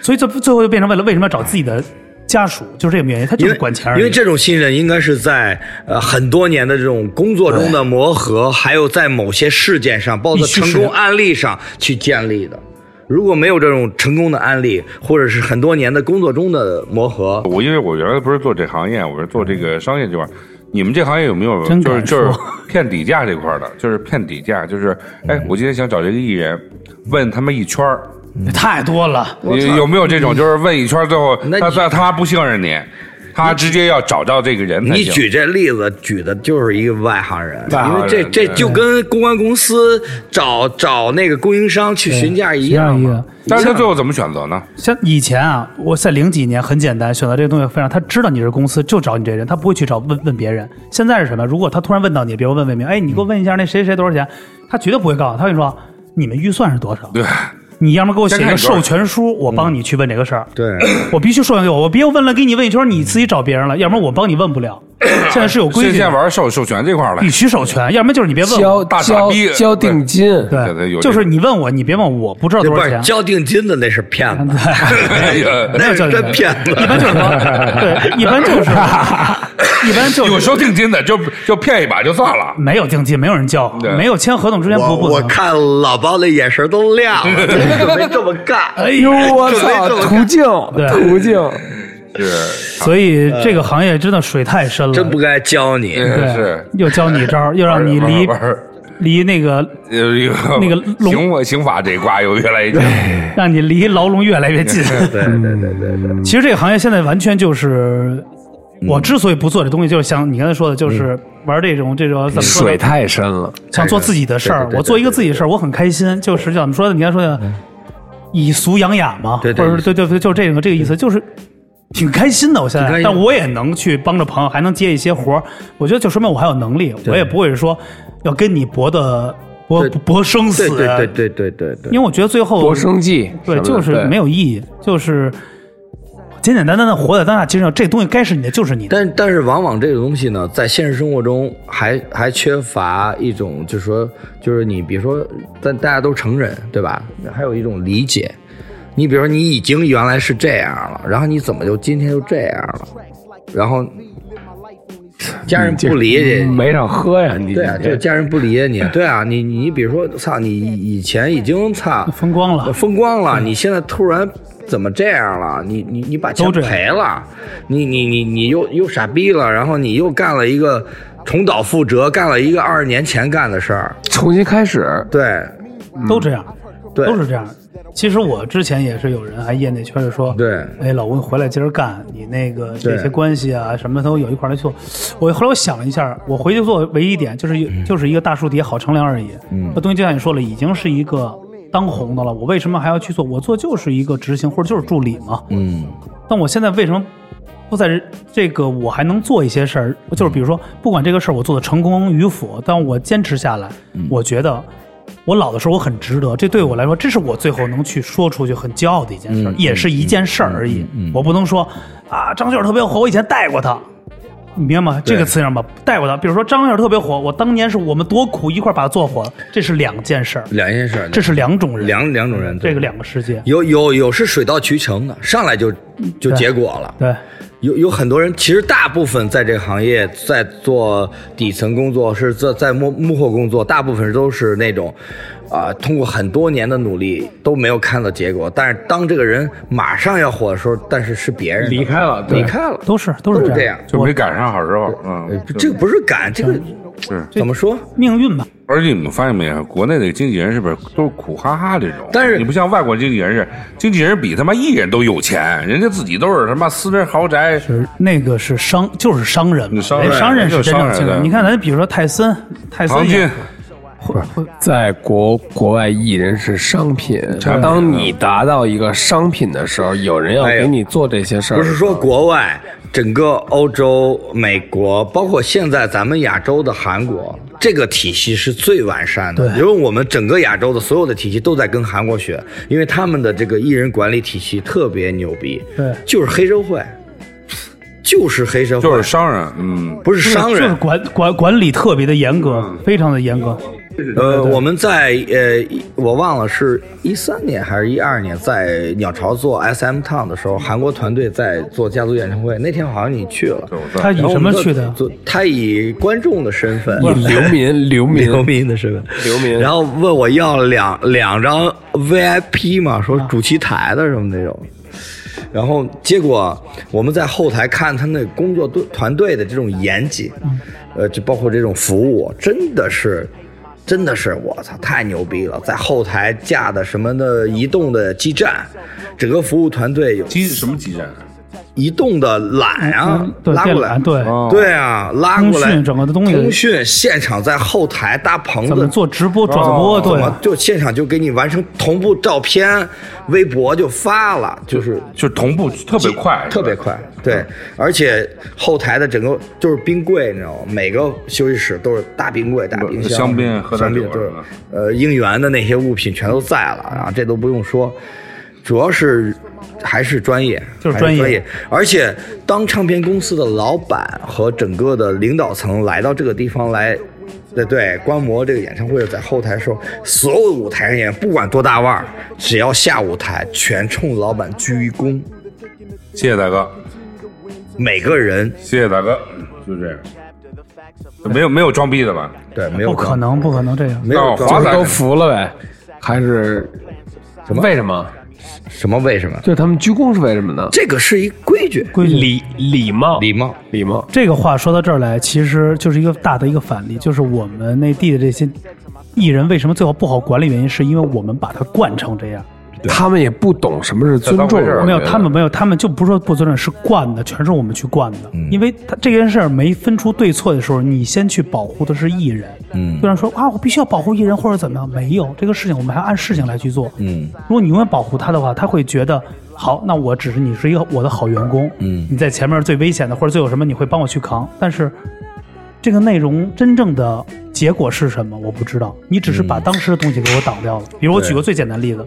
S3: 所以这最后就变成为了为什么要找自己的家属，就是这个原因，他就
S5: 因
S3: 是
S5: 为
S3: 管钱而已。
S5: 因为这种信任应该是在呃很多年的这种工作中的磨合，还有在某些事件上，包括
S3: 必须
S5: 成
S3: 是
S5: 功案例上去建立的。如果没有这种成功的案例，或者是很多年的工作中的磨合，
S6: 我因为我原来不是做这行业，我是做这个商业这块儿。你们这行业有没有
S3: 真
S6: 就是
S3: 敢
S6: 就
S3: 说
S6: 是 骗底价这块儿的？就是骗底价，就是哎，我今天想找这个艺人，问他们一圈儿，
S3: 太多了，
S6: 有有没有这
S3: 嗯
S6: 种？就是问一圈儿最后
S5: 那
S6: 他
S5: 你
S6: 他他妈不信任你，他直接要找到这个人才
S5: 你
S6: 行。
S5: 举这例子举的就是一个外行人，
S6: 外行
S5: 因为这
S6: 人
S5: 这
S6: 对
S5: 就跟公关公司找找那个供应商去询价一
S3: 这样
S5: 样
S3: 一
S5: 嘛。
S3: 个。
S6: 但是他最后怎么选择呢？
S3: 像以前啊，我在零几年很简单，选择这个东西非常，他知道你是公司，就找你这人，他不会去找问问别人。现在是什么？如果他突然问到你，比如问魏明，哎，你给我问一下那谁谁多少钱，他绝对不会告诉你，他会说你们预算是多少，
S6: 对，
S3: 你要么给我写一
S6: 先看
S3: 个
S6: 你多少嗯
S3: 授权书，我帮你去问这个事儿。
S5: 对，
S3: 我必须授权给我，我别问了，给你问一圈，你自己找别人了，要不然我帮你问不了。现在是有规
S6: 现
S3: 矩
S6: 在
S3: 的，
S6: 玩授授权这块儿了
S3: 必，须授权，要不然就是你别问我。
S4: 交
S6: 大傻
S4: 交
S6: 逼
S4: 交定金，
S6: 对对有
S3: 对，
S6: 这
S3: 就
S6: 个
S3: 是你问我，你别问我，不知道
S5: 这
S3: 多
S5: 不
S3: 少
S5: 是
S3: 钱。
S5: 交定金的，那是骗子，
S6: 哎呀
S5: 那
S3: 交定
S5: 是
S3: 金
S5: 真骗子。
S3: 一般就是说，对，一般就是，一般就是
S6: 有收定金的就就骗一把就算了。
S3: 没有定金，没有人叫
S6: 对，
S3: 没有签合同之前
S5: 我
S3: 不不
S5: 我
S3: 能。
S5: 看老包的眼神都亮了， 准备这么干。
S3: 哎
S4: 哎呦
S3: 呦，
S4: 我
S5: 准备
S4: 操
S5: 这，么干
S4: 途径
S3: 对
S4: 途径，
S6: 是
S3: 所以这个行业真的水太深了，
S5: 真不该教你，
S3: 对
S6: 是，
S3: 又教你招儿，又让你离
S6: 玩儿玩儿
S3: 离那个，
S6: 有一个
S3: 那 个龙
S6: 刑法刑法这一挂又越来越近，
S3: 让你离牢笼越来越近。
S5: 对对对对对，
S3: 其实这个行业现在完全就是，我之所以不做这东西，就是像你刚才说的，就是玩这种这种怎么说
S4: 水
S3: 呢？
S4: 太深了。
S3: 想做自己的事
S5: 哎对
S3: 儿
S5: 对，对嗯
S3: 我做一个自己的事儿，我很开心。就是怎么说的？你刚才说的，以俗养雅嘛，
S5: 对
S3: 或
S5: 对嗯
S3: 者是对对对，就是这个这个意思，就是挺开心的。我现
S5: 挺开
S3: 在，
S5: 心
S3: 但我也能去帮着朋友，还能接一些活儿，我觉得就说明我还有能力，我也不会说要跟你搏的搏
S5: 对
S3: 搏生死。
S5: 对对对对对对
S3: 嗯啊因为我觉得最后
S4: 博生计，
S3: 对，
S4: 什么
S3: 就
S4: 的
S3: 是
S4: 对
S3: 没有意义，就是简简单单的活在当下，其实这东西该是你的就是你的。
S5: 但但是往往这个东西呢，在现实生活中还还缺乏一种，就是说，就是你比如说，但大家都成人，对吧？还有一种理解。你比如说，你已经原来是这样了，然后你怎么就今天就这样了？然后家人不理解你，
S4: 嗯没少喝呀，你
S5: 对啊，就家人不理解你，对啊，你你比如说，操，你以前已经操
S3: 风光了，
S5: 风光了，
S3: 嗯
S5: 你现在突然怎么这样了？你你你把钱
S3: 都这样
S5: 赔了，你你你你又又傻逼了，然后你又干了一个重蹈覆辙，干了一个二十年前干的事儿，
S4: 重新开始，
S5: 对
S4: 嗯
S3: 都这样，
S5: 对
S3: 都是这样。其实我之前也是有人还业内圈里说，
S5: 对
S3: 哎，老吴你回来接着干，你那个
S5: 对
S3: 这些关系啊什么的都有一块儿来做。我后来我想了一下，我回去做唯一一点就是
S5: 嗯
S3: 有就是一个大树底下好乘凉而已。那东西就像你说了，已经是一个当红的了，我为什么还要去做？我做就是一个执行或者就是助理嘛。
S5: 嗯，
S3: 但我现在为什么不在这这个我还能做一些事儿？就是比如说，不管这个事儿我做的成功与否，但我坚持下来，
S5: 嗯
S3: 我觉得我老的时候我很值得。这对我来说，这是我最后能去说出去很骄傲的一件事儿，
S5: 嗯
S3: 也是一件事儿而已。我不能说啊，张秀特别火，我以前带过他。你明白吗？这个词上吧，带过他。比如说张秀特别火，我当年是我们多苦一块儿把他做火了，这是两件事儿，
S5: 两件事儿，
S3: 这是两种人，
S5: 两两种人，对
S3: 这个两个世界。
S5: 有有有是水到渠成的，上来就就
S3: 对
S5: 结果了，
S3: 对，
S5: 有有很多人，其实大部分在这个行业在做底层工作，是在在幕幕后工作，大部分都是那种，啊、通过很多年的努力都没有看到结果。但是当这个人马上要火的时候，但是是别人的
S4: 离开了对
S5: 离开了，
S3: 都是都是
S5: 都是这
S3: 这
S5: 样
S3: 样。
S6: 就没赶上好时候。嗯，
S5: 这哎个不是敢，这个
S6: 是。
S5: 怎么说？
S3: 命运吧，
S6: 而且你们发现没有，啊国内的经纪人是不是都是苦哈哈这种？
S5: 但是
S6: 你不像外国经纪人是，经纪人比他妈艺人都有钱，人家自己都是他妈私人豪宅。
S3: 是那个是商，就是商人嘛，
S6: 商人
S3: 哎商人
S6: 就是
S3: 是真
S6: 商
S3: 正
S6: 人
S3: 清
S6: 对
S3: 楚。你看，咱比如说泰森，泰森
S6: 唐
S3: 也
S6: 军，
S3: 会会
S4: 在国国外艺人是商品，当你达到一个商品的时候，有人要
S5: 哎呦
S4: 给你做这些事儿，
S5: 不是说国外，整个欧洲、美国，包括现在咱们亚洲的韩国，这个体系是最完善的。
S3: 对
S5: 因为我们整个亚洲的所有的体系都在跟韩国学，因为他们的这个艺人管理体系特别牛逼。
S3: 对
S5: 就是黑社会，就是黑社会，
S6: 就是商人，嗯，嗯
S5: 不是商
S3: 就
S5: 人呃
S3: 是。管管管理特别的严格，非常的严格。
S5: 呃，我们在呃，一我忘了是一三年还是一二年，在鸟巢做 SM Town 的时候，韩国团队在做家族演唱会，那天好像你去了。
S6: 对，我知道
S3: 他以什么去的？
S5: 就他以观众的身份，
S4: 以 流民流民
S5: 流民的身份，
S4: 流民
S5: 然后问我要两两张 VIP 嘛，说主席台的什么那种。然后结果我们在后台看他那工作队团队的这种严谨，呃，就包括这种服务，真的是，真的是我操，太牛逼了！在后台架的什么的移动的基站，整个服务团队有
S6: 基什么基站？
S5: 移动的缆啊
S3: 嗯，对，
S5: 拉
S3: 电
S5: 过来
S3: 缆，对，
S6: 哦
S5: 对啊，拉
S3: 通
S5: 过来，
S3: 讯整个的东西
S5: 通讯现场在后台搭棚
S3: 怎
S5: 子
S3: 么做直播转
S6: 啊
S3: 播？
S5: 怎
S3: 对啊
S5: 么，就现场就给你完成同步照片，微博就发了，就是
S6: 就是同步特别快，
S5: 特别
S6: 是吧。
S5: 快，对，而且后台的整个就是冰柜，你知道吗？每个休息室都是大冰柜、大冰箱、
S6: 香槟喝
S5: 香
S6: 点
S5: 槟
S6: 酒
S5: 对
S6: 是吧，
S5: 呃，应援的那些物品全都在了，然后这都不用说，主要是还是专业，
S3: 就是
S5: 还
S3: 专业
S5: 专业。而且当唱片公司的老板和整个的领导层来到这个地方来。对对，观摩这个演唱会在后台的时候，所有舞台上演员不管多大腕儿，只要下舞台，全冲老板鞠一躬。
S6: 谢谢大哥，
S5: 每个人
S6: 谢谢大哥，就这样，没有没有装逼的吧？
S5: 对没有
S3: 不可
S5: 装，
S3: 能，不可能这样。
S5: 没有
S6: 到
S5: 装
S6: 华
S4: 就是
S6: 仔
S4: 都服了呗？还是
S5: 什么
S4: 为什么？
S5: 什么为什么？
S4: 就是他们鞠躬是为什么呢？
S5: 这个是一规矩，
S3: 规矩
S4: 礼礼貌
S5: 礼貌。
S4: 礼貌。
S3: 这个话说到这儿来，其实就是一个大的一个反例，就是我们内地的这些艺人为什么最后不好管理，原因是因为我们把它惯成这样。
S4: 他们也不懂什么是尊
S6: 这当回
S4: 重
S6: 事儿，
S4: 我
S3: 没有，
S4: 觉得
S3: 他们没有，他们就不是说不尊重，是惯的，全是我们去惯的。因为他这件事儿没分出对错的时候，你先去保护的是艺人。嗯，虽然说啊，我必须要保护艺人或者怎么样，没有这个事情，我们还按事情来去做。嗯，如果你永远保护他的话，他会觉得好，那我只是你是一个我的好员工。嗯，你在前面最危险的或者最有什么，你会帮我去扛，但是。这个内容真正的结果是什么？我不知道。你只是把当时的东西给我挡掉了。比如我举个最简单的例子，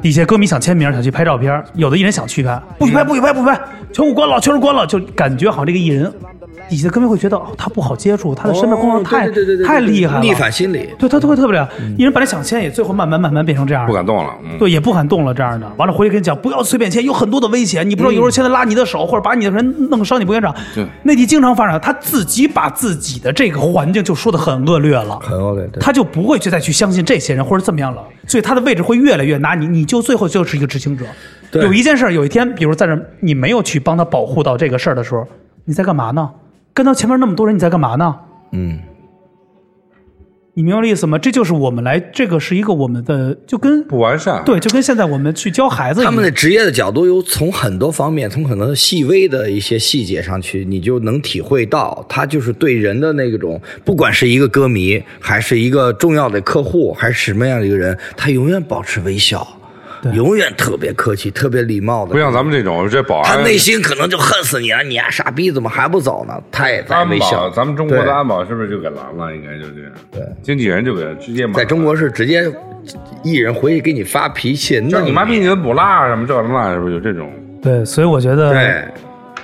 S3: 底下歌迷想签名，想去拍照片，有的艺人想去拍，不许拍，不许拍，不许拍，全部关了，全部关了，就感觉好像这个艺人底下的歌迷会觉得哦，他不好接触，他的身边光环太、
S5: 哦对对对对对
S3: 太厉害了，
S5: 逆反心理。
S3: 对他都会特别厉害。艺人本来想签，也最后慢慢慢慢变成这样
S6: 不，敢动了，嗯，
S3: 对，也不敢动了这样的。完了回去跟你讲，不要随便签，有很多的危险，你不知道有时候签的拉你的手，或者把你的人弄伤，你不敢长。
S6: 对
S3: 内地经常发生，他自己把自己的这个环境就说的很恶劣了。
S5: 很 OK，对，
S3: 他就不会去再去相信这些人或者怎么样了，所以他的位置会越来越拿你，你就最后就是一个执行者。
S5: 对
S3: 有一件事儿，有一天，比如在这儿你没有去帮他保护到这个事儿的时候，你在干嘛呢？跟到前面那么多人，你在干嘛呢？
S5: 嗯，
S3: 你明白我的意思吗？这就是我们来，这个是一个我们的，就跟
S6: 不完善，
S3: 对，就跟现在我们去教孩子一
S5: 他
S3: 样
S5: 们的职业的角度有从很多方面，从很多细微的一些细节上去，你就能体会到，他就是对人的那种，不管是一个歌迷，还是一个重要的客户，还是什么样的一个人，他永远保持微笑，永远特别客气，特别礼貌的。
S6: 不像咱们这种这保
S5: 他
S6: 安，
S5: 内心可能就恨死你了，你呀、傻逼怎么还不走呢？他也在
S6: 安
S5: 微
S6: 保，
S5: 笑。
S6: 咱们中国
S5: 对
S6: 的安保是不是就给拦了？应该就这样，对，经纪人就给直接骂
S5: 在中国是直接艺人回去给你发脾气，
S6: 就
S5: 那
S6: 是你妈逼你的补蜡什么这那，是不是有这种？
S3: 对，所以我觉
S5: 对
S3: 得，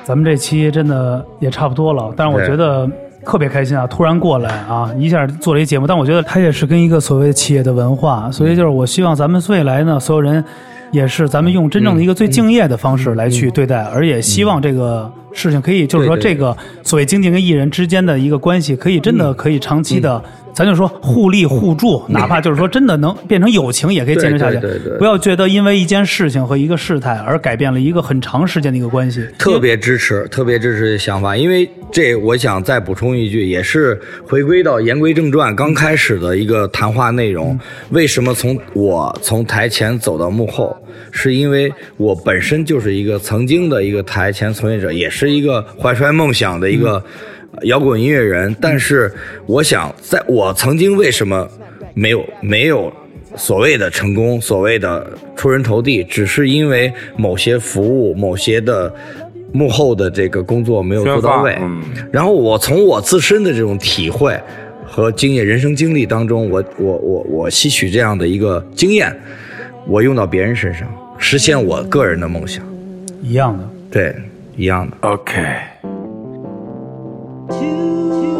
S3: 咱们这期真的也差不多了，但是我
S5: 对
S3: 觉得。特别开心啊！突然过来啊，一下做了一节目，但我觉得它也是跟一个所谓企业的文化，所以就是我希望咱们未来呢，所有人也是咱们用真正的一个最敬业的方式来
S5: 嗯
S3: 去对待，而也希望这个事情可以，就是说
S5: 对对
S3: 这个所谓经纪人跟艺人之间的一个关系，可以真
S5: 嗯
S3: 的可以长期的，咱就说互利互助，哪怕就是说真的能变成友情，也可以坚持下去。
S5: 对对对对
S3: 不要觉得因为一件事情和一个事态而改变了一个很长时间的一个关系。
S5: 特别支持，特别支持这想法，因为这我想再补充一句，也是回归到言归正传刚开始的一个谈话内容。为什么从我从台前走到幕后，是因为我本身就是一个曾经的一个台前从业者，也是一个怀揣梦想的一个摇滚音乐人。但是我想，在我曾经为什么没有没有所谓的成功，所谓的出人头地，只是因为某些服务、某些的幕后的这个工作没有做到位。
S6: 宣发嗯
S5: 然后我从我自身的这种体会和经验、人生经历当中，我我我我吸取这样的一个经验，我用到别人身上，实现我个人的梦想。
S3: 一样的。
S5: 对，一样的。
S4: OK。
S2: To